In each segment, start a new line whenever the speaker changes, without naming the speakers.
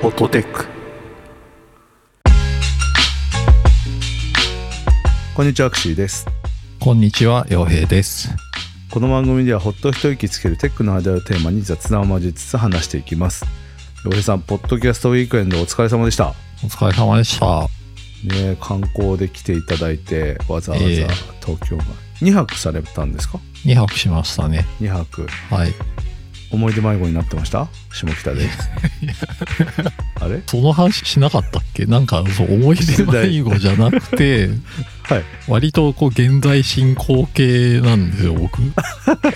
フォトテック
こんにちはアクシーです
こんにちは、洋平です。
この番組ではほっと一息つけるテックの間をテーマに雑談を交えつつ話していきます洋平さんポッドキャストウィークエンドお疲れ様でした
お疲れ様でした。
ねえ観光で来ていただいてわざわざ
ええ
東京まで、2泊されたんですか
2泊しましたね。
2泊
はい。
思い出迷子になってました下北であれ
その話しなかったっけなんか、そう、思い出迷子じゃなくて、
はい
割とこう、現在進行形なんですよ、 僕。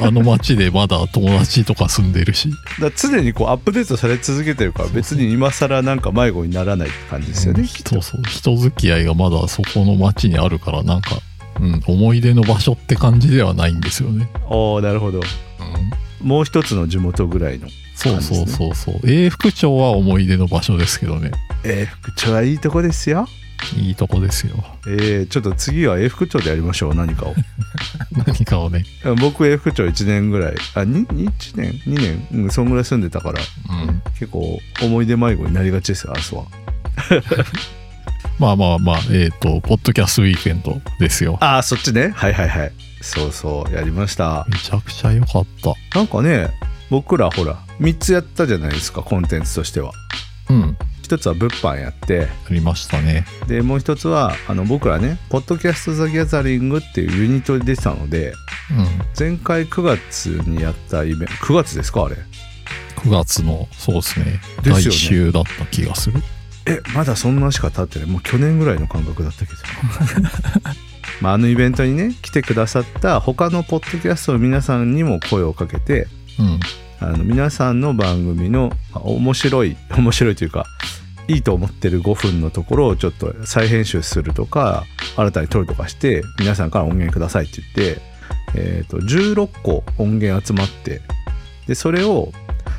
あの街でまだ友達とか住んでるし。
だから常にこうアップデートされ続けてるから
そう
別
そう
に今更なんか迷子にならないって感じですよね、きっと
そうそう。人付き合いがまだそこの街にあるから、なんか、うん、思い出の場所って感じではないんですよね。
おおなるほど
うん。
もう一つの地元ぐらいの
そうそうそうそう。永福町は思い出の場所ですけどね。
えー、副長はいいとこですよ
いいとこですよ。
えー、ちょっと次は A 副長でやりましょう何か を
何かをね。
僕 A 副長1年ぐらいあに1年2年うんそんぐらい住んでたから
うん。
結構思い出迷子になりがちですよあそこは
まあまあまあ、えっ、と、ポッドキャストウィークエンドですよ。
ああそっちねはいはいはいそうそうやりました
めちゃくちゃ良かった。
なんかね僕らほら3つやったじゃないですかコンテンツとしては
うん。
1つは物販やって
ありましたね。
でもう1つはあの僕らね「ポッドキャスト・ザ・ギャザリング」っていうユニットで出てたので
うん。
前回9月にやったイベント9月ですかあれ
9月の、そうですね。
ですよね
来週だった気がする。
えまだそんなしか経ってないもう去年ぐらいの感覚だったけどまああのイベントにね来てくださった他のポッドキャストの皆さんにも声をかけて
うん。
あの皆さんの番組のまあ面白い 面白いというかいいと思ってる5分のところをちょっと再編集するとか新たに撮るとかして皆さんから音源くださいって言って、えー、と16個音源集まってでそれを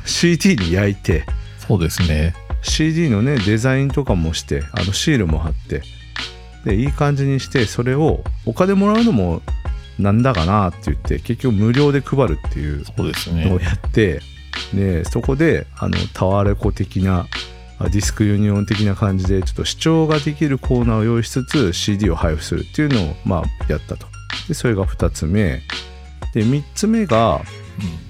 CD に焼いて
そうですね。
CD のねデザインとかもしてあのシールも貼ってでいい感じにしてそれをお金もらうのもなんだかなって言って結局無料で配るっていう
そうです
のを
ね。
やってでそこであのタワレコ的なあディスクユニオン的な感じでちょっと視聴ができるコーナーを用意しつつ CD を配布するっていうのをまあやったとでそれが2つ目で3つ目が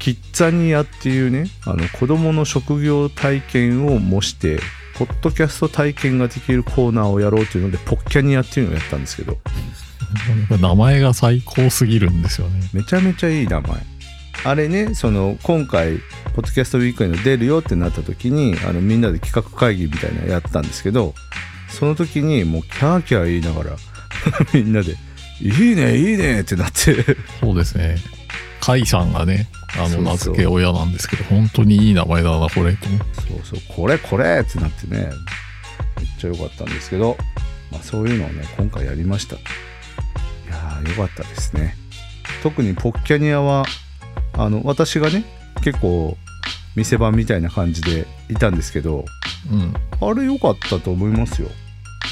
キッザニアっていうねあの子どもの職業体験を模してポッドキャスト体験ができるコーナーをやろうというのでポッキャニアっていうのをやったんですけど
うん、名前が最高すぎるんですよね。
めちゃめちゃいい名前あれねその今回ポッドキャストウィークエンド出るよってなった時にあのみんなで企画会議みたいなのやったんですけどその時にもうキャーキャー言いながら みんなで「いいねいいね」ってなって
そうですね。カイさんがね、
そう
あ
そう
の、名付け親なんですけど、本当にいい名前だな、これ。と思って
そうそうこれこれってなってねめっちゃ良かったんですけど、まあ、そういうのをね今回やりましたいやー良かったですね特にポッキャニアはあの私がね結構店番みたいな感じでいたんですけど
うん。
あれ良かったと思いますよ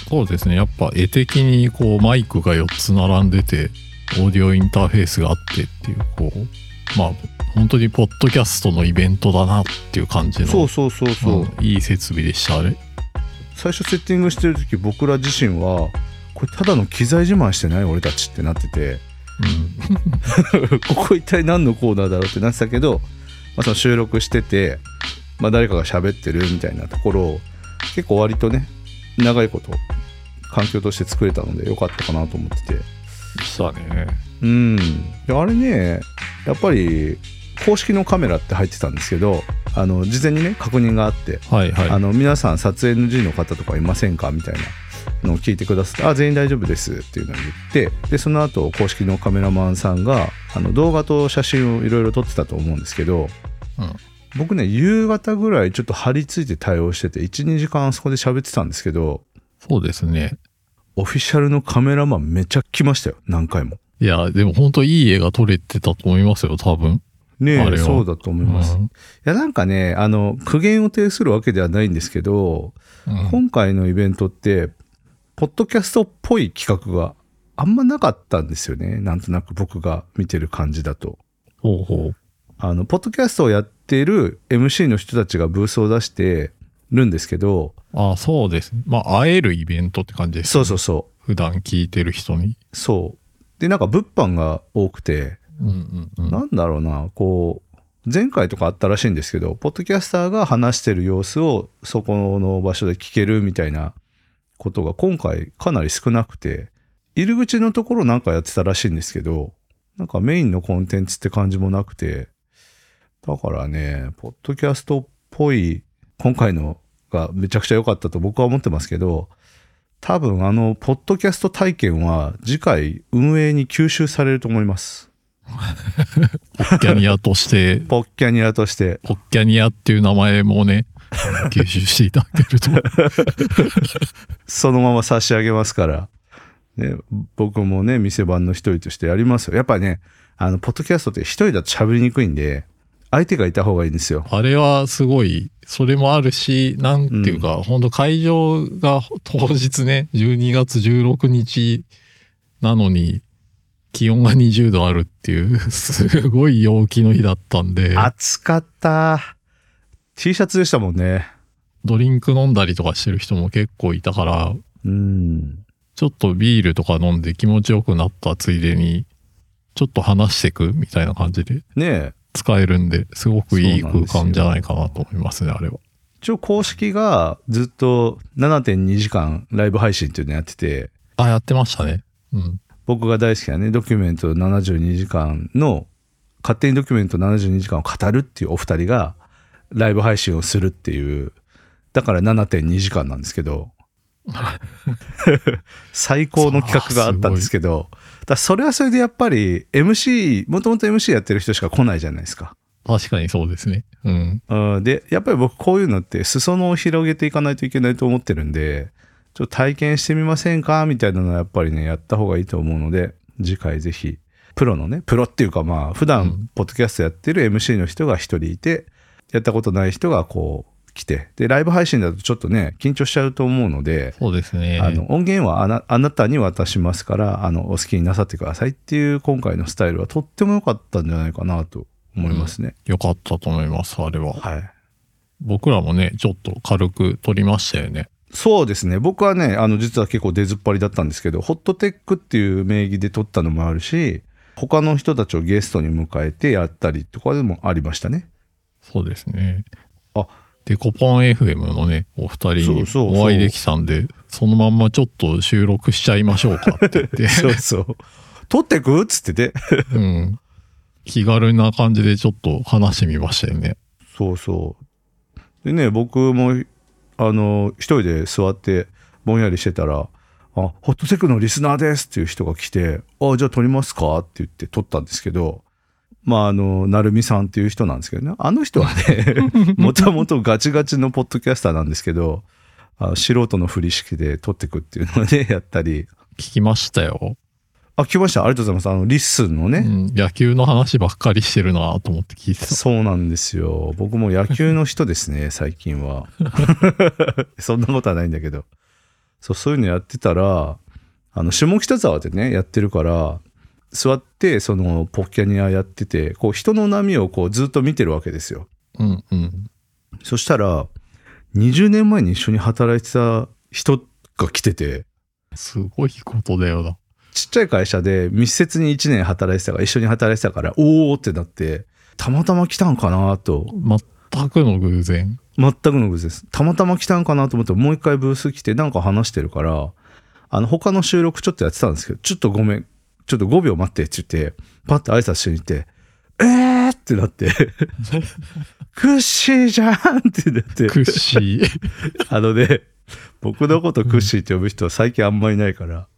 そうですねやっぱ絵的にこうマイクが4つ並んでてオーディオインターフェースがあってっていうこうまあ本当にポッドキャストのイベントだなっていう感じの
そうそうそうそう、
うんいい設備でしたあれ
最初セッティングしてる時僕ら自身はこれただの機材自慢してない俺たちってなってて
う
ここ一体何のコーナーだろうってなってたけど、まあ、その収録してて、まあ、誰かが喋ってるみたいなところを結構割とね長いこと環境として作れたので良かったかなと思ってて
んしたね
うんであれねやっぱり公式のカメラって入ってたんですけどあの事前にね確認があって
はいはい
あの皆さん撮影 NG の方とかいませんかみたいなのを聞いてくださって「あ全員大丈夫です」っていうのを言ってでその後公式のカメラマンさんがあの動画と写真をいろいろ撮ってたと思うんですけど、
うん
僕ね夕方ぐらいちょっと張り付いて対応してて12時間あそこで喋ってたんですけど
そうですね
オフィシャルのカメラマンめちゃ来ましたよ何回も。
いやでも本当いい絵が撮れてたと思いますよ多分、
ね
あ
え
れは
そうだと思います。
う
い
ん
やなんかねあの苦言を呈するわけではないんですけど
うん
今回のイベントってポッドキャストっぽい企画があんまなかったんですよねなんとなく僕が見てる感じだと
ほうほう
あのポッドキャストをやっている MC の人たちがブースを出してるんですけど
あそうですねまあ会えるイベントって感じです、
そうそう
う
そ
普段聞いてる人に
うそうでなんか物販が多くて
うんうんうん
なんだろうなこう前回とかあったらしいんですけどポッドキャスターが話してる様子をそこの場所で聞けるみたいなことが今回かなり少なくて入り口のところなんかやってたらしいんですけどなんかメインのコンテンツって感じもなくてだからねポッドキャストっぽい今回のがめちゃくちゃ良かったと僕は思ってますけど多分あのポッドキャスト体験は次回運営に吸収されると思います
ポッキャニアとして
ポッキャニアとして
ポッキャニアっていう名前も ね吸収していただけると
そのまま差し上げますから、ね、僕もね、店番の一人としてやりますよ。やっぱね、あの、ポッドキャストって一人だと喋りにくいんで、相手がいた方がいいんですよ。
あれはすごい、それもあるし、なんていうか、本当会場が当日ね、12月16日なのに、気温が20度あるっていう、すごい陽気の日だったんで、
暑かった。T シャツでしたもんね。
ドリンク飲んだりとかしてる人も結構いたから、
うん。
ちょっとビールとか飲んで気持ちよくなったついでに、ちょっと話してくみたいな感じで
ねえ。
使えるんで、すごくいい
そうなん
空
ですよ
間じゃないかなと思いますね、あれは。
一応公式がずっと7.2時間ライブ配信っていうのやってて、
あ、やってましたね。うん。
僕が大好きなね、ドキュメント72時間の、勝手にドキュメント72時間を語るっていうお二人が、ライブ配信をするっていう、だから7.2時間なんですけ ど、最高の企画があったんですけど、だからそれはそれでやっぱり MC、もともと MC やってる人しか来ないじゃないですか。
確かにそうですね。うん。
うん、でやっぱり僕こういうのって裾野を広げていかないといけないと思ってるんでちょっと体験してみませんかみたいなのはやっぱりねやった方がいいと思うので次回ぜひプロのねプロっていうかまあ普
う
段
ん
ポッドキャストやってる MC の人が一人いてやったことない人がこう来てでライブ配信だとちょっとね緊張しちゃうと思うので
そうですね。
あの音源はあなあなたに渡しますからあのお好きになさってくださいっていう今回のスタイルはとっても良かったんじゃないかなと思いますね。
よかったと思います、あれは。
はい
僕らもね、ちょっと軽く撮りましたよね。
そうですね僕はねあの実は結構出ずっぱりだったんですけどホットテックっていう名義で撮ったのもあるし他の人たちをゲストに迎えてやったりとかでもありましたね
そうですね。
あ
で、コポン FM のね、お二人に
そうそうそう
お会いできたんで、そのまんまちょっと収録しちゃいましょうかって言 って、
そうそう撮ってくっつってて
うん。気軽な感じでちょっと話してみましたよね。
そうそうでね僕もあの一人で座ってぼんやりしてたら「あホットテックのリスナーです」っていう人が来て「あじゃあ撮りますか」って言って撮ったんですけどまああの成美さんっていう人なんですけどねあの人はねもともとガチガチのポッドキャスターなんですけどあ素人のふり式で撮ってくっていうのをねやったり
聞きましたよ。
あ来ましたありがとうございますあのリッスンのね、
うん、野球の話ばっかりしてるなと思って聞いてた。
そうなんですよ。僕も野球の人ですね、 最近は。そんなことはないんだけど。そう、そういうのやってたら、あの、下北沢でね、やってるから、座って、その、ポッキャニアやってて、こう、人の波をこう、ずっと見てるわけですよ。
うんうん。
そしたら、20年前に一緒に働いてた人が来てて、
すごいことだよな。
ちっちゃい会社で密接に1年働いてたから、一緒に働いてたから、おーってなって、たまたま来たんかなと
全くの偶然。
全くの偶然ですたまたま来たんかなと思ってもう一回ブース来てなんか話してるからあの他の収録ちょっとやってたんですけどちょっとごめんちょっと5秒待ってって言ってパッて挨拶しに行ってえーってなって クッシーじゃんってなって
クッシー。
あのね僕のことクッシーって呼ぶ人は最近あんまりいないから、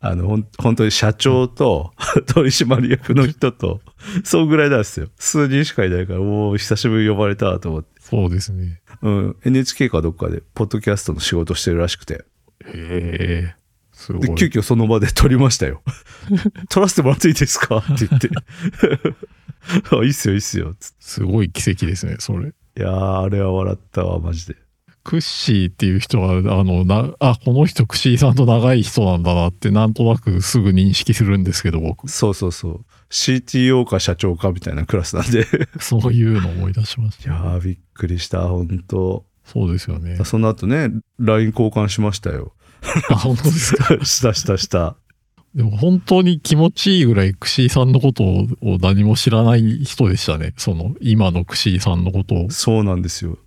あのほん本当に社長と 取締役の人とそうぐらいなんですよ数人しかいないからおお久しぶりに呼ばれたと思って。
そうですね。
うん、NHK かどっかでポッドキャストの仕事してるらしくて
へえ、すご
で
い。
急遽その場で撮りました よ撮らせてもらっていいですかって言って あいいっすよいいっすよつっ
すごい奇跡ですね、それ。
ていやーあれは笑ったわマジで
クッシーっていう人は、あの、な、あ、この人クシーさんと長い人なんだなって、なんとなくすぐ認識するんですけど、 僕、
そうそうそう CTO か社 長かみたいなクラスなんでい
そういうの思い出しました。
やーびっくりした本当
そうですよ ね。
その後ね LINE 交換しました よ
あ、本当ですか。
したしたした
でも本当に気持ちいいぐらい、串井さんのことを何も知らない人でしたね。その、今の串井さんのことを。
そうなんですよ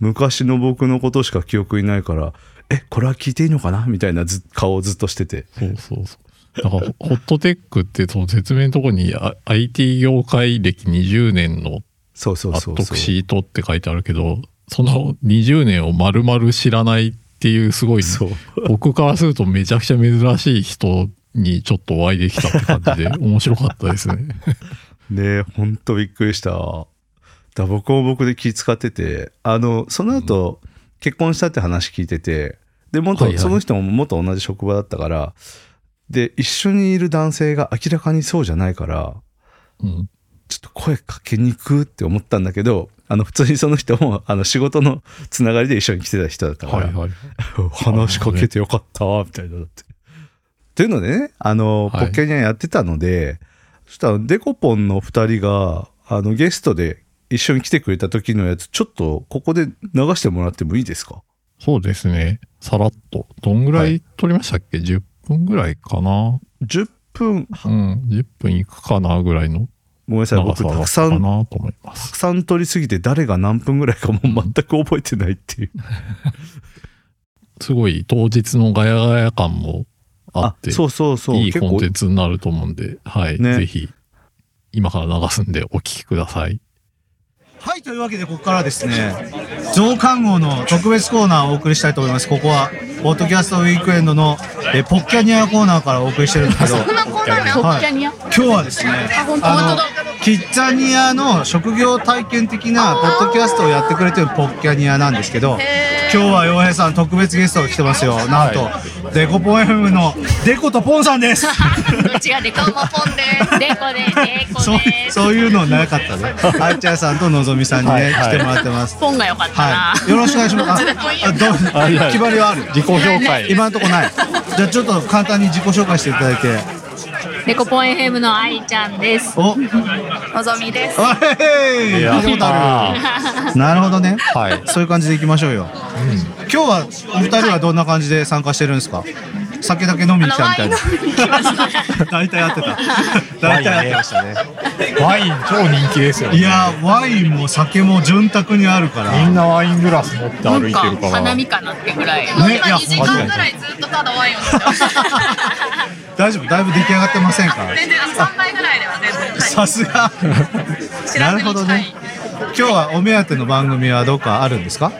昔の僕のことしか記憶にないからえこれは聞いていいのかなみたいなず顔をずっとしてて
そうそうそう。だから、ホホットテックって、その説明のとこに、あ IT 業界歴20年の
そうそう
ア
そ
ッ
うそ
ト
う
クシートって書いてあるけど、その20年を丸々知らないっていう、すごい、
そう
僕からするとめちゃくちゃ珍しい人にちょっとお会いできたって感 じで、面白かったですね。
ねほんとびっくりした。だ僕も僕で気使ってて、あの、その後、結婚したって話聞いてて、で、元、
はいはい
その人も元同じ職場だったから、で、一緒にいる男性が明らかにそうじゃないから、
うん。
ちょっと声かけにくって思ったんだけど、あの、普通にその人も、あの、仕事のつながりで一緒に来てた人だったから、
はいはい。
話しかけてよかったみたいなだって。っていうのでねあの、
は
ポ
い
ッケニャンやってたのでそしたらデコポンの2人があのゲストで一緒に来てくれた時のやつちょっとここで流してもらってもいいですか
そうですね。さらっと。どんぐら
はい
撮りましたっけ、?10 分ぐらいかな。
10分
うん。10分いくかなぐらいの
ごめんなさい
長
僕
さだ
た
っ
くさ
たか
んた
なと思います。
くさん撮りすぎて誰が何分ぐらいかもう全く覚えてないっていう
すごい当日のガヤガヤ感もあって、
そうそうそう
いい
結
コ
構
ンテンツになると思うんで、はい。
ね
ぜひ、今から流すんでお聞きください。
はい、というわけで、ここからはですね、増刊号の特別コーナーをお送りしたいと思います。ここは、ポッドキャストウィークエンドの、えーポッキャニアコーナーからお送りしてるんですけど、
そんなコーナーなのホ
はい
ッキャニア
今日はですね、
本当
あ
本
の、キッザニアの職業体験的なポッドキャストをやってくれてるポッキャニアなんですけど、今日は洋平さん特別ゲストが来てますよ。なんと、デコポン FM のデコとポンさんです。
うちがデカモポンです。デコです。デコ
そう
で、す。
そういうのなかったね。 あっちゃんさんとのぞみさんにね、来てもらってます。
ポンが良かったな。
はい。よろしくお願い します。
どっちでもいいよ
ああどう決まりはある。
自己
紹介
今のとこない。じゃあちょっと簡単に自己紹介していただいて。
デコポン FM のあいちゃんです。
お、
のぞみです。
あへい。
や
聞いたことあるなるほどね。
はい
そういう感じでいきましょうよ。今日はお二人はどんな感じで参加してるんですか。酒だけ飲みに来たみたいな
あのワイン飲みに来まし。
大体やってた。大体やってましたね。
ワイン超人気ですよね。
いやーワインも酒も潤沢にあるから。
みんなワイングラス持って
な
歩
ん
い
か
てるから。
花見かなってぐらい。
ねいや
2時間ぐらいずっとただワインを飲んでました。
大丈夫だいぶ出来上がってませんか。
全然あの3杯ぐらいでは全然。
さすが。
知ら
なる
ずに
ほど
近
ね
い。
今日はお目当ての番組はどっかあるんですか。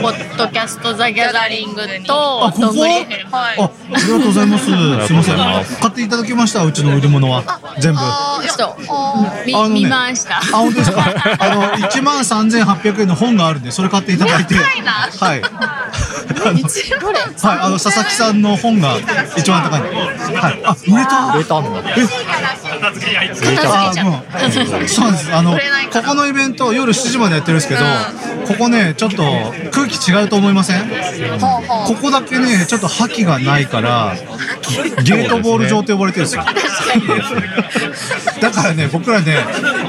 ポッドキャストザギャザリングと
あここ
どんぐり FM はい。
あ、ありがとうございます。すみません。買っていただきました。うちの売り物は全部。あ、
あーちょっとあー
あのね
み見ました。
本当ですか。あの一万三千八百円の本があるんで、それ買っていただいて。
高いな
はい。あの
一応どれ
はい、あの佐々木さんの本が一番高いんで。はい。あ、売れた。
出たんだ。
片付けちゃった。
あもうそうですあのこ
売れないから
このイベント夜7時までやってるんですけど、ここねちょっと空気違うと思いません
ほうほう
ここだけねちょっと覇気がないからゲートボール場と呼ばれてるんですよだからね僕らね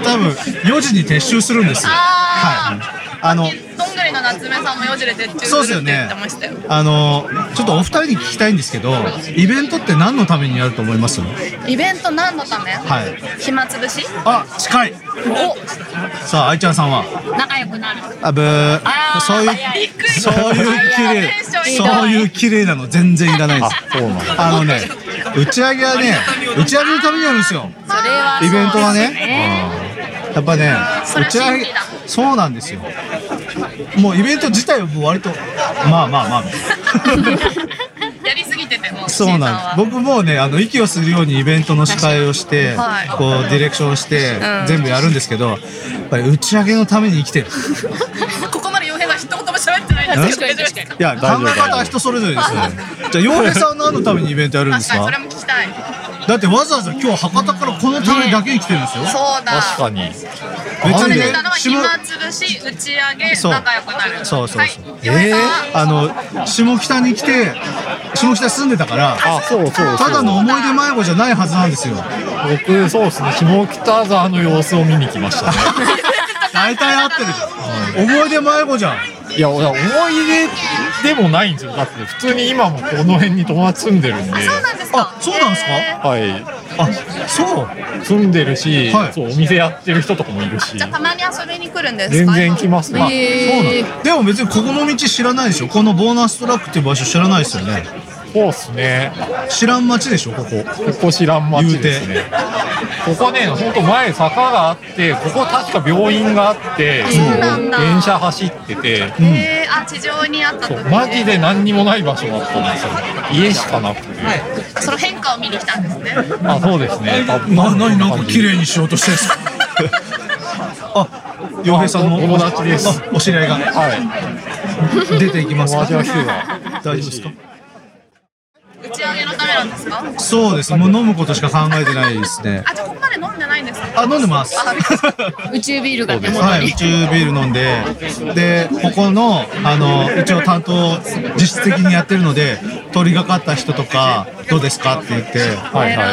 多分4時に撤収するんですよ
あ
はいあの
どんぐりの夏目さんも4時で絶中
そうですす
る
よ
って言っ
ね
てましたよ。
あのちょっとお二人に聞きたいんですけどイベントって何のためにやると思いますは
イベント何のため？
い
暇つぶし？
あ近い
お
さあ愛ちゃんさんは
仲良くなる。
あぶー
あー
そういう
早いびっくりした
そういう綺
早いテンション
麗
いいな
そういう綺麗なの全然いらないです
あそうなんだ
あのね打ち上げはね打ち上げのためにやるんですよ
それは
イベントは
そうです
ねやっぱね
そり
打
ゃ
ち上
真
げ
理だ
そうなんですよもうイベント自体はもう割とまあまあまあ
やりすぎてても
そうなんです僕もうねあの息をするようにイベントの司会をして
はい
こうディレクションして
ん
全部やるんですけどやっぱり打ち上げのために生きてる
僕ここまで洋平が一言も喋ってないですけど大丈夫ですか
いや考え方は人それぞれですよねじゃあ洋平さんは何のためにイベントやるんです
確か にそれ
か
も聞きたい
だってわざわざ今日博多からこのためだけに来てるんですよ
そうだ
確かに。
別
そ
に
れ
ね
で言ったのは
下
暇つぶし打ち上げ
そう
仲良くなる
そうそうそう
はい、洋
え
平
え
さんは
あの下北に来て下北住んでたから
あ、そうそうそう。
ただの思い出迷子じゃないはずなんですよ
僕そうですね。下北沢の様子を見に来ましたね。
大体合ってるじゃん思い出迷子じゃん
いや、いや思い出でもないんですよ。だって普通に今もこの辺に友達住んでるんで、
そうなんですか
あそうなんですか
へー
は
あそう
い、住んでるし、
はい
そうお店やってる人とかもいるし
じゃ、あたまに遊びに来るんですか
全然来ますね。
えー
でも別にここの道知らないでしょこのボーナストラックっていう場所知らないですよね
そうっすね。
知らん街でしょここ
ここ知らん町ですね。ここね、ほんと前坂があって、ここ確か病院があって、
そうなんだ
電車走ってて、
えーあ地上にあった
そ
時
う
ね
マジで何にもない場所だったんですよ。家しかなくて。
その変化を見に来たんですね
あ、そうですね。あ、
な何なんか綺麗にしようとしてるん ですかあ洋平さんの
あ友達です
あお知り合いが
はい。
出ていきます
友達
か
の人が。
大丈夫ですか
打ち上げのためなんですか
そうですもう飲むことしか考えてないですね
あじゃあここまで飲んでないんですか
あ飲んでます
あびっくりした宇宙ビールが手元に、
はい、宇宙ビール飲んで、で、ここの、あの、一応担当、実質的にやってるので、通りがかった人とか、どうですかって言って、通った
はいはいは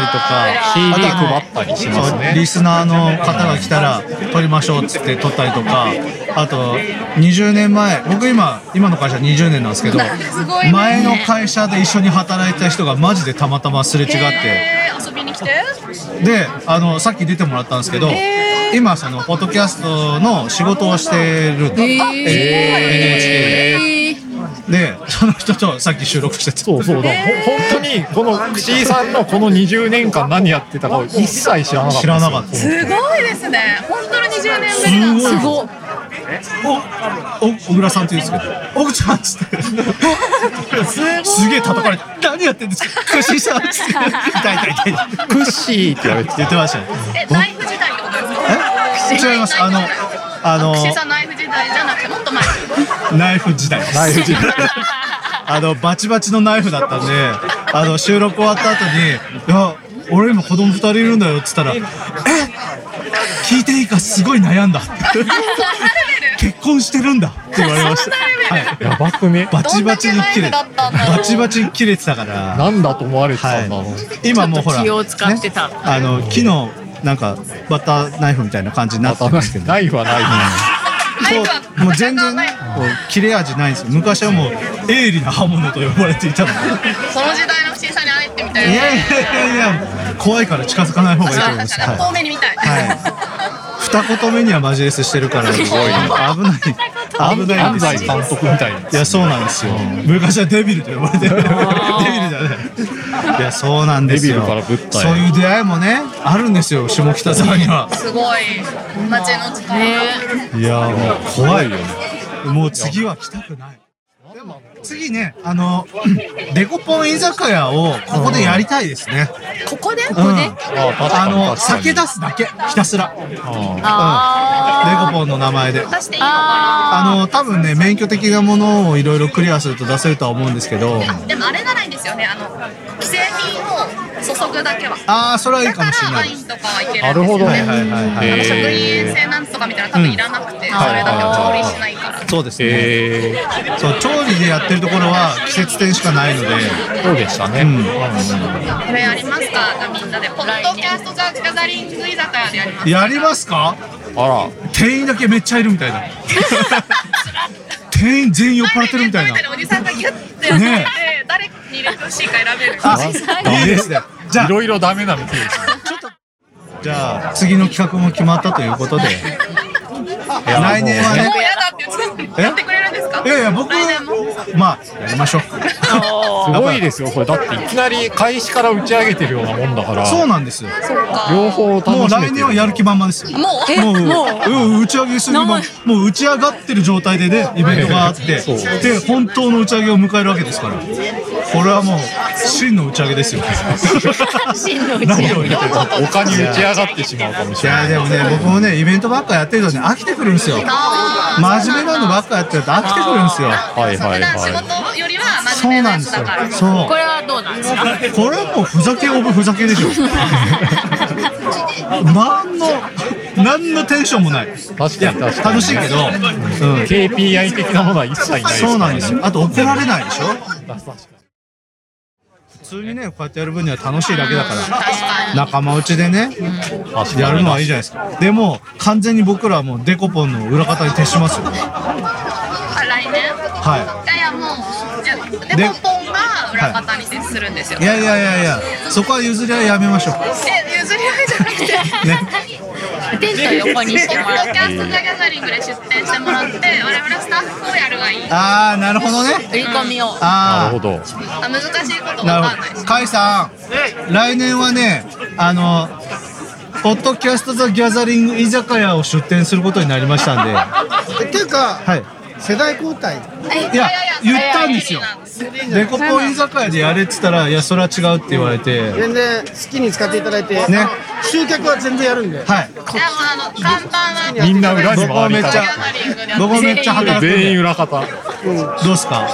りとか、
い。CD
あと
配ったりします
そう
ね。
リスナーの方が来たら撮りましょうっつって撮ったりとかあと20年前僕今今の会社20年なんですけど
すごいね
前の会社で一緒に働いてた人がマジでたまたますれ違って
へー遊びに来て
であのさっき出てもらったんですけど
へー
今そのポッドキャストの仕事をしてるんで
え
NHK
ー
でその人とさっき収録してて
そうそうだ。ほ本当にこの串井さんのこの20年間何やってたかを一切知らなかった。
知らなかった
すごいですね本当の20年ぶりなん
すご
い
おお小倉さんって言うんですけど「奥ちゃん」っつってすげえ叩かれて「何やってんですか屈伸した」っつって「痛い痛い痛い」
クッシーって言われて
言ってましたね
えナイフ時代ってことですか
え違いますあのあの
串井さんナイフ時代じゃなくてもっと前
ナイフ時代です
ナイフ時代
あのバチバチのナイフだったんであの収録終わった後に「いや俺今子供二人いるんだよ」っつったら「え聞いていいかすごい悩んだ」結婚してるんだ」って言われました、はい、
やばくね。
バチバチに切れ
どんだけナイフだったんだろう
バチバチに切れてたから
なんだと思われてたんだろう。
はい、今もうほら
ちょっと気を使ってた
ねあの木のなんかバターナイフみたいな感じになってますけど、
ナイフはない。
ナイフは
そうもう全然ねこう切れ味ないんですよ昔はもう鋭利な刃物と呼ばれていたので
その時代の串井さんに会えてみたい
い
な
やいやいや怖いから近づかない方がいいと思います、
確かに
は
遠目に見たい、
い、はい、二言目にはマジレスしてる からすごい危ない危ないん
安
ですよ
西監督みたいな。
いやそうなんですよ昔はデビルと呼ばれてるデビルだねいやそうなんですよ
デビルからブッダへ
そういう出会いもねあるんですよ下北沢には
すごい街の力、
いやーもう怖いよねもう次は来たくないでも次ねあのデコポン居酒屋をここでやりたいですね
ここでこ
うん、
あ確
あ
かに
の
確かに
酒出すだけひたすらデ
あ
コポンの名前で
ー出していいのか
あの多分ね免許的なものをいろいろクリアすると出せるとは思うんですけど
なでもあれならいいんですよねあの既製品を注ぐだけは
ああそれはいい
だ
か
か
もしれ
ら
な
ワ
い
イ
で
ン
す
とかはいけるんです
な
よね
るほど。
はいはいはいはい
あの
へー
食品衛生なんとかみたいなの多分いらなくて、
ん
それだけ調理しないから、
そうですね、
ええ
そう調理でやってるところは季節店しかないので
ー、そうでしたね。
ん
これやりますかじゃあみんなでポッドキャストザガザリング居酒屋でやります
やりますか
あ
店員だけめっちゃいるみたいな店員全員酔っ払ってるみたいな
前でねおじさんがギュッてやって、
ね
誰に入れてほしいか選べる
あいいですねじゃ
ら、い
あ
ろいろダメな店ですね。
じゃあ次の企画も決まったということで来年はね
もうやだって言ってた
え
やってくれるんですか
いやいや僕
来年も
まあやりましょう
すごいですよ、これ。だって、いきなり開始から打ち上げてるようなもんだから、
そうなんですよ
そうか
両方楽しめてる
もう来年はやる気満々ですよ
もう
もううん打ち上げするもう打ち上がってる状態でねイベントがあって
そう
で本当の打ち上げを迎えるわけですからこれはもう真の打ち上げですよ真の打ち上げい
他に打ち上がってしまうかもしれない。
やでもね僕もねイベントばっかやってるとね飽きてくるんですよ真面目なのばっかやってると飽きてくるんですよ
はいはい
普段仕
はい。
事よりは真
そう
面目な
な
や
んで
つ
すよ
だから
そう
これはどうなんですか
これはもうふざけオブふざけでしょ何の何のテンションもない
確かに確かに。
楽しいけど、うん、
KPI 的なものは一切ないです、
そうなんですよ。あと怒られないでしょ。
確かに。
普通にねこうやってやる分には楽しいだけだか
確
ら
かに。
仲間内でねやるのはいいじゃないですかでも完全に僕らはもうデコポンの裏方に徹しますよ
あ、来年
はい
やいや、もう、じゃあでも、ポンが裏方に接するんですよ。
い
で、
やいやいやいやそこは譲り合いやめましょう
譲り合いじゃなくて、
ね
テント横にして
ポ
も
ッ
ら
ド
う
キャスト・ザ・ギャザリングで出展してもらって、我々スタッフをやるがいい。
ああなるほどね
売り込みを
な
あ
るほ
あ
ど。
あ難しいこと
な
わかんな
る
い
ほ
し
ど。甲斐さん来年はねあのポッドキャスト・ザ・ギャザリング居酒屋を出店することになりましたん では
っていうか、
い
世代交代
いや言ったんですよ
いいんじゃな
デ
い
コポン居酒屋でやれって言ったらいやそれは違うって言われて
全然好きに使っていただいて、
ね
集客は全然やるんで、
はい
いやもうあの看板は
みんな裏に
僕も
回
め
り
っち
たい
ゃ僕もめっちゃ働くん
全
で
員裏方
どうっすか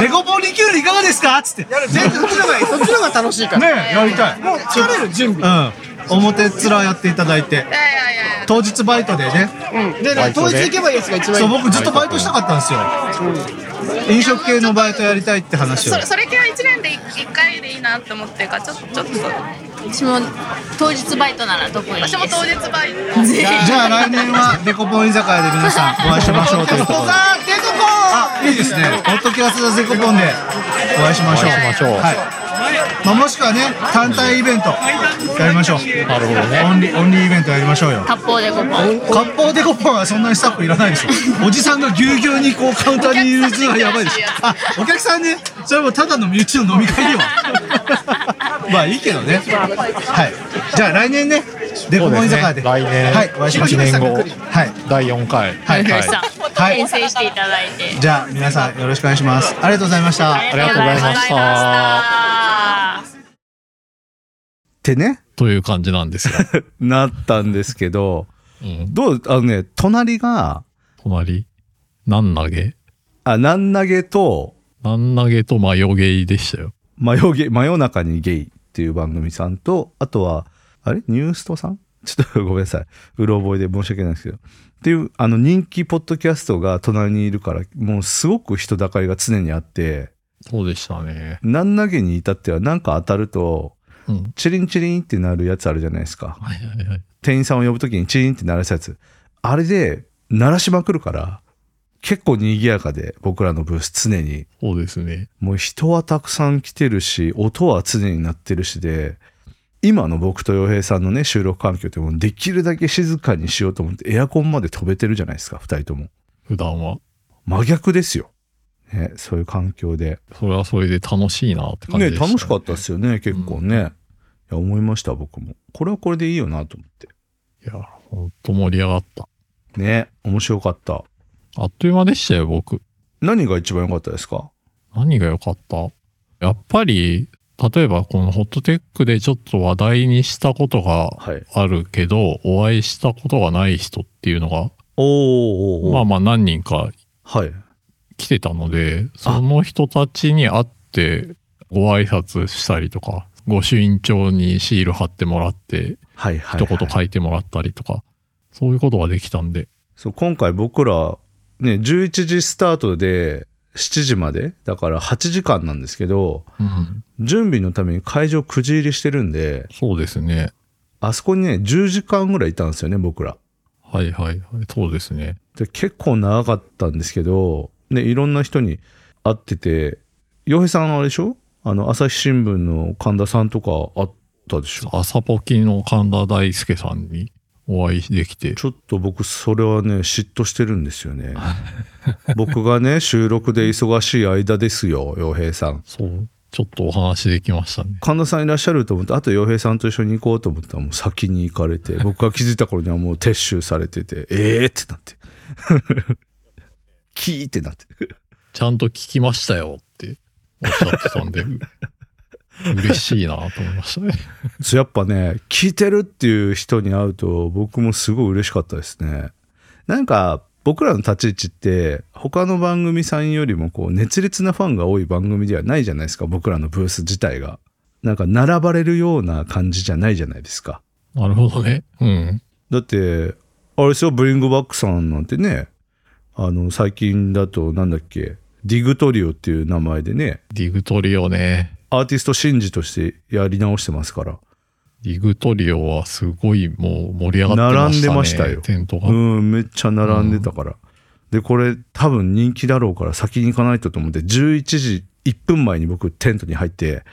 デコポンリキュールいかがですかっつってね
やる全然そっちの方がいいそっちの方が楽しいから、
やりたい
もう疲れる準備、
うん表面やっていただいて
いやいやいやいや
当日バイトでね
うん、でだから当日行けばいいやつが一番い
そ
いう
僕ずっとバイトしたかったんですよ飲食系のバイトやりたいって話を
それそれ系は一年で一回でいいなって思ってるからちょっとちょっと
私も当日バイトならどこに
私も当日バイト
じゃあ来年はデコポン居酒屋で皆さんお会いしましょうとい うことで
あデコポン
あいいですねホットキャストデコポンでお会いしましょう
お会いしましょう
はいまあ、もしくはね単体イベントやりましょう
なるほどね
オンリーオンリーイベントやりましょうよ
割烹でここ
割烹デコポンはそんなにスタッフいらないで しょおじさんがぎゅうぎゅうにこうカウンターにいる図はやばいでしょあお客さんねそれもただの身内の飲み会では まあいいけどねはいじゃあ来年ねデコポン居酒屋で
そうですね来年
はいお会いしましょう
一年後
はい
第4回
はい
皆さん
はい
転生していただいて
じゃあ皆さんよろしくお願いしますありがとうございました
あ
っ
りがとうございま
ありがとうございま
し
した
た。
てね
という感じなん ですが。
なったんですけど
うん、
どうあのね隣が
隣。何投げ
あなん投げと
何投げと迷ゲイでしたよ。
真夜げ真夜中にゲイっていう番組さんと、あとは、あれニューストさんちょっとごめんなさい。うろ覚えで申し訳ないですけど。っていう、あの人気ポッドキャストが隣にいるから、もうすごく人だかりが常にあって、
そうでしたね。
何投げに至ってはなんか当たると、
うん。
チリンチリンってなるやつあるじゃないですか。
はいはいはい。
店員さんを呼ぶときにチリンって鳴らすやつ。あれで鳴らしまくるから、結構賑やかで僕らのブース常に。
そうですね。
もう人はたくさん来てるし、音は常に鳴ってるしで、今の僕と洋平さんのね、収録環境ってもうできるだけ静かにしようと思ってエアコンまで飛べてるじゃないですか、二人とも。
普段は。
真逆ですよ。ね、そういう環境で。
それはそれで楽しいなって感じ
ね、
でした、
楽しかったですよね、結構ね。いや、思いました、僕も。これはこれでいいよなと思って。
いや、ほんと盛り上がった。
ね、面白かった。
あっという間でしたよ、僕。
何が一番良かったですか
何が良かったやっぱり、例えばこのホットテックでちょっと話題にしたことが
はい。
あるけど、お会いしたことがない人っていうのが、
おーおーおー
まあまあ何人か
はい。
来てたので、その人たちに会ってご挨拶したりとか、ご朱印帳にシール貼ってもらって、
はいはい、
一
はい。
言書いてもらったりとか、そういうことができたんで、
そう、今回僕ら、ね、11時スタートで7時まで、だから8時間なんですけど、
うん、
準備のために会場9時入りしてるんで、
そうですね。
あそこにね、10時間ぐらいいたんですよね、僕ら。
はいはいはい、そうですね。
で結構長かったんですけど、ね、いろんな人に会ってて、洋平さんあれでしょあの、朝日新聞の神田さんとか会ったでしょ
朝ポキの神田大輔さんにお会いできて、
ちょっと僕、それはね、嫉妬してるんですよね。僕がね、収録で忙しい間ですよ、洋平さん。
そう、ちょっとお話できましたね。
神田さんいらっしゃると思ってあと洋平さんと一緒に行こうと思ったらもう先に行かれて僕が気づいた頃にはもう撤収されててええってなって キーってなって
ちゃんと聞きましたよっておっしゃってたん で、嬉しいなと思いましたね。
そうやっぱね聞いてるっていう人に会うと僕もすごい嬉しかったですねなんか僕らの立ち位置って他の番組さんよりもこう熱烈なファンが多い番組ではないじゃないですか僕らのブース自体がなんか並ばれるような感じじゃないじゃないですか
なるほどね。うん。
だって、あれですよ、ブリングバックさんなんてね、あの、最近だとなんだっけ、ディグトリオっていう名前でね、
ディグトリオね。
アーティスト真珠としてやり直してますから。
リグトリオはすごいもう盛り上がってましたね。
並んでましたよ
テントが。
うん、めっちゃ並んでたから。で、これ多分人気だろうから先に行かないとと思って、11時1分前に僕テントに入 って、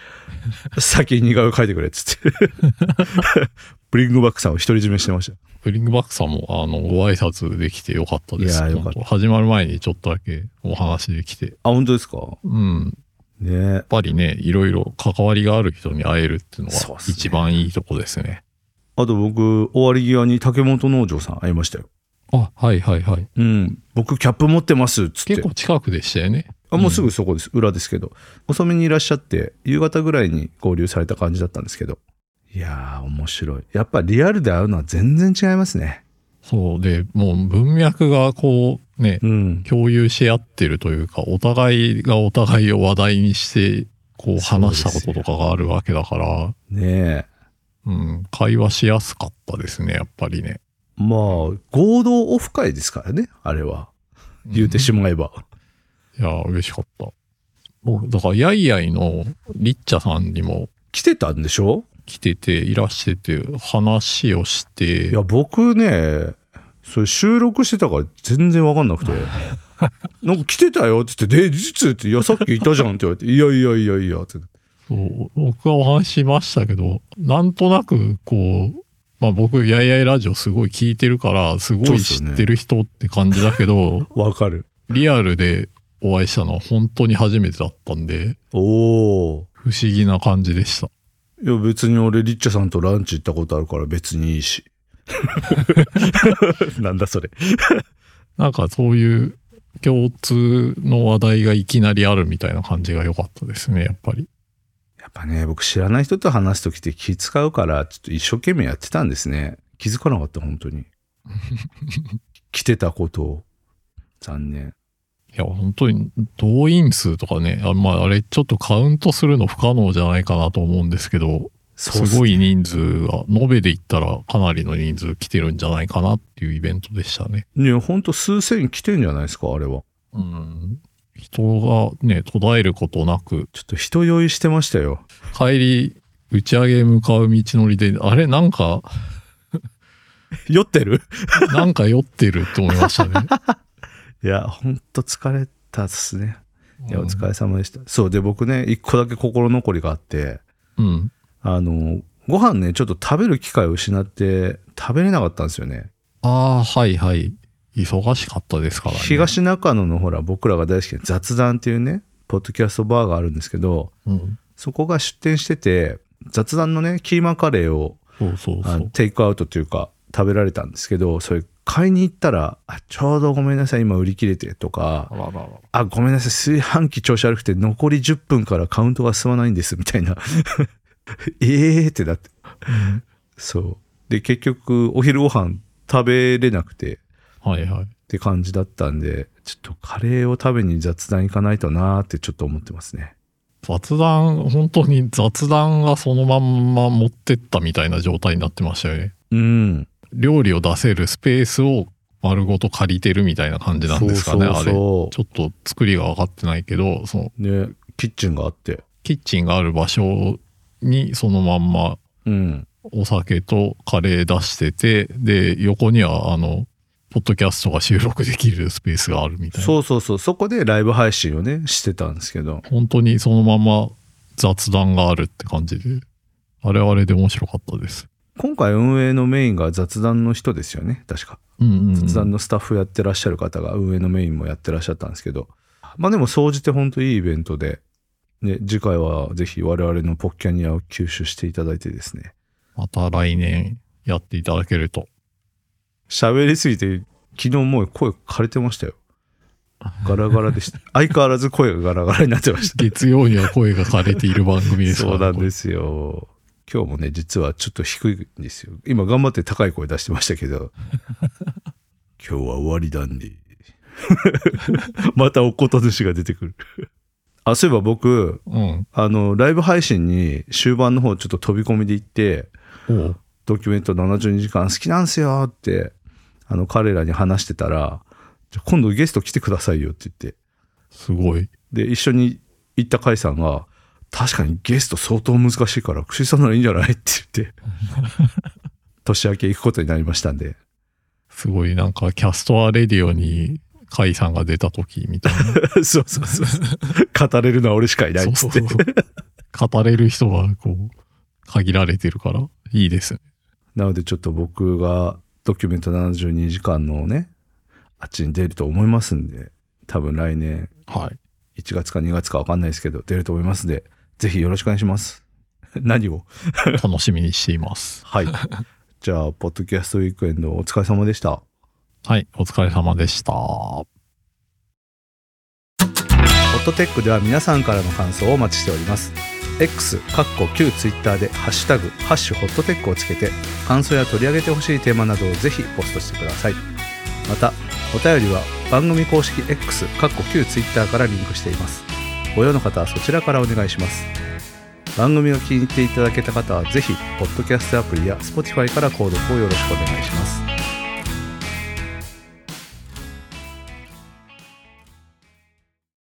先に似顔絵描いてくれっつ って。ブリングバックさんを独り占めしてました。
ブリングバックさんも、あの、ご挨拶できてよかったです。
いやーよかった
本当始まる前にちょっとだけお話できて。
あ、本当ですか
うん。
ね
やっぱりね、いろいろ関わりがある人に会えるっていうの
そうっ
が
すね
一番いいとこですね。
あと僕、終わり際に竹本農場さん会いましたよ。
あ、はいはいはい。
うん。僕、キャップ持ってますっつって
結。構近くでしたよね。
あもうすぐそこです、裏ですけど遅めにいらっしゃって夕方ぐらいに合流された感じだったんですけどいやー面白いやっぱリアルで会うのは全然違いますね
そうで、もう文脈がこうね、
うん
共有し合ってるというか、お互いがお互いを話題にして、こう話したこととかがあるわけだから、
ねえ
うん、会話しやすかったですね、やっぱりね。
まあ合同オフ会ですからねあれは言うてしまえば、
いや、嬉しかった。僕、だから、やいやいのリッチャさんにも
来てたんでしょ
来てて、いらしてて、話をして
い、や僕ねそれ収録してたから全然わかんなくて「なんか来てたよ」って言って「で実」って「いやさっきいたじゃん」って言われて「いやいやいやいや」って
そう、僕はお話ししましたけど、なんとなく、こう、まあ僕、やいやいラジオすごい聞いてるから、すご
そうっ
い
す
知
よね
ってる人って感じだけど、
わかる
リアルでお会いしたのは本当に初めてだったんで、
おおー
不思議な感じでした。
いや別に俺リッチャさんとランチ行ったことあるから別にいいし。 なんだそれ。
なんかそういう共通の話題がいきなりあるみたいな感じが良かったですね、やっぱり。
やっぱね、僕知らない人と話すときって気使うから、ちょっと一生懸命やってたんですね。気づかなかった、本当に。 来てたことを。残念。
いや、本当に動員数とかね、あまああれちょっとカウントするの不可能じゃないかなと思うんですけど、
そうっ
すご
ね
い人数が、延べで言ったらかなりの人数来てるんじゃないかなっていうイベントでしたね。
いや、ほんと数千来てんじゃないですか、あれは。
うん。人がね、途絶えることなく、
ちょっと人酔いしてましたよ。
帰り、打ち上げへ向かう道のりで、あれなんか、
酔ってる
なんか酔ってるって思いましたね。
いや、ほんと疲れたっすね。いや、お疲
れ。
れ様でした。そう、で僕ね、一個だけ心残りがあって、
うん。
あの、ご飯ね、ちょっと食べる機会を失って食べれなかったんですよね。
ああ、はいはい。忙しかったですからね。。
東中野のほら、僕らが大好きな雑談っていうね、ポッドキャストバーがあるんですけど、
うん。
そこが出店してて、雑談のね、キーマカレーを
そうそうそ
あ
う。
テイクアウトというか食べられたんですけど、それ買いに行ったら、あ、ちょうどごめんなさい、今売り切れてとか、
あららら。
あ、ごめんなさい、炊飯器調子悪くて残り10分からカウントが進まないんです、みたいな。 ええーってなって。そう。で、結局、お昼ご飯食べれなくてっ
はいはい。
て感じだったんで、ちょっとカレーを食べに雑談行かないとなーってちょっと思ってますね。
雑談、本当に雑談がそのまんま持ってったみたいな状態になってましたよね。
うん。
料理を出せるスペースを丸ごと借りてるみたいな感じなんですかね、
そうそう
あれ。
そ
ちょっと作りが分かってないけど、その
う。ね、キッチンがあって。
キッチンがある場所にそのまんま
うん。
お酒とカレー出してて、で、横にはあの、ポッドキャストが収録できるスペースがあるみたいな。
そうそうそう。そこでライブ配信をね、してたんですけど。
本当にそのまま雑談があるって感じで、あれはあれで面白かったです。
今回運営のメインが雑談の人ですよね、確か。
うんうん、うん。
雑談のスタッフやってらっしゃる方が運営のメインもやってらっしゃったんですけど、まあでも総じて本当いいイベントで、ね、次回はぜひ我々のポッキャニアを吸収していただいてですね、
また来年やっていただけると。
喋りすぎて昨日もう声枯れてましたよ。ガラガラでした。相変わらず声がガラガラになってました。
月曜には声が枯れている番組ですか
そ
ら
うなんですよ。今日もね、実はちょっと低いんですよ。今頑張って高い声出してましたけ ど。今日は終わりだんで。 またおこと寿司が出てくる。あ、そういえば僕、
うん。
あの、ライブ配信に終盤の方ちょっと飛び込みで行って、
おう
ドキュメント72時間好きなんすよって、あの、彼らに話してたら、じゃあ今度ゲスト来てくださいよって言って、
すごい。
で、一緒に行った甲斐さんが、確かにゲスト相当難しいから、串井さんならいいんじゃないって言って、 年明け行くことになりましたん で。
すごいなんか、キャストアレディオに、甲斐さんが出た時みたいな。
そうそうそうそう。 語れるのは俺しかいないっつって。
語れる人がこう、限られてるから、いいですね。
なのでちょっと僕がドキュメント72時間のね、あっちに出ると思いますんで、多分来年
はい。
1月か2月かわかんないですけど、出ると思いますんで、ぜひよろしくお願いします。 何を
楽しみにしています。
はい。じゃあ、ポッドキャストウィークエンドお疲れ様でした。
はい。お疲れ様でした。
ホットテックでは皆さんからの感想をお待ちしております。X、カッコ旧 Twitter で、ハッシュタグ、ハッシュホットテックをつけて、感想や取り上げてほしいテーマなどをぜひポストしてください。また、お便りは番組公式 X、カッコ旧 Twitter からリンクしています。ご用の方はそちらからお願いします。番組を気に入っていただけた方は、ぜひ、ポッドキャストアプリや Spotify から購読をよろしくお願いします。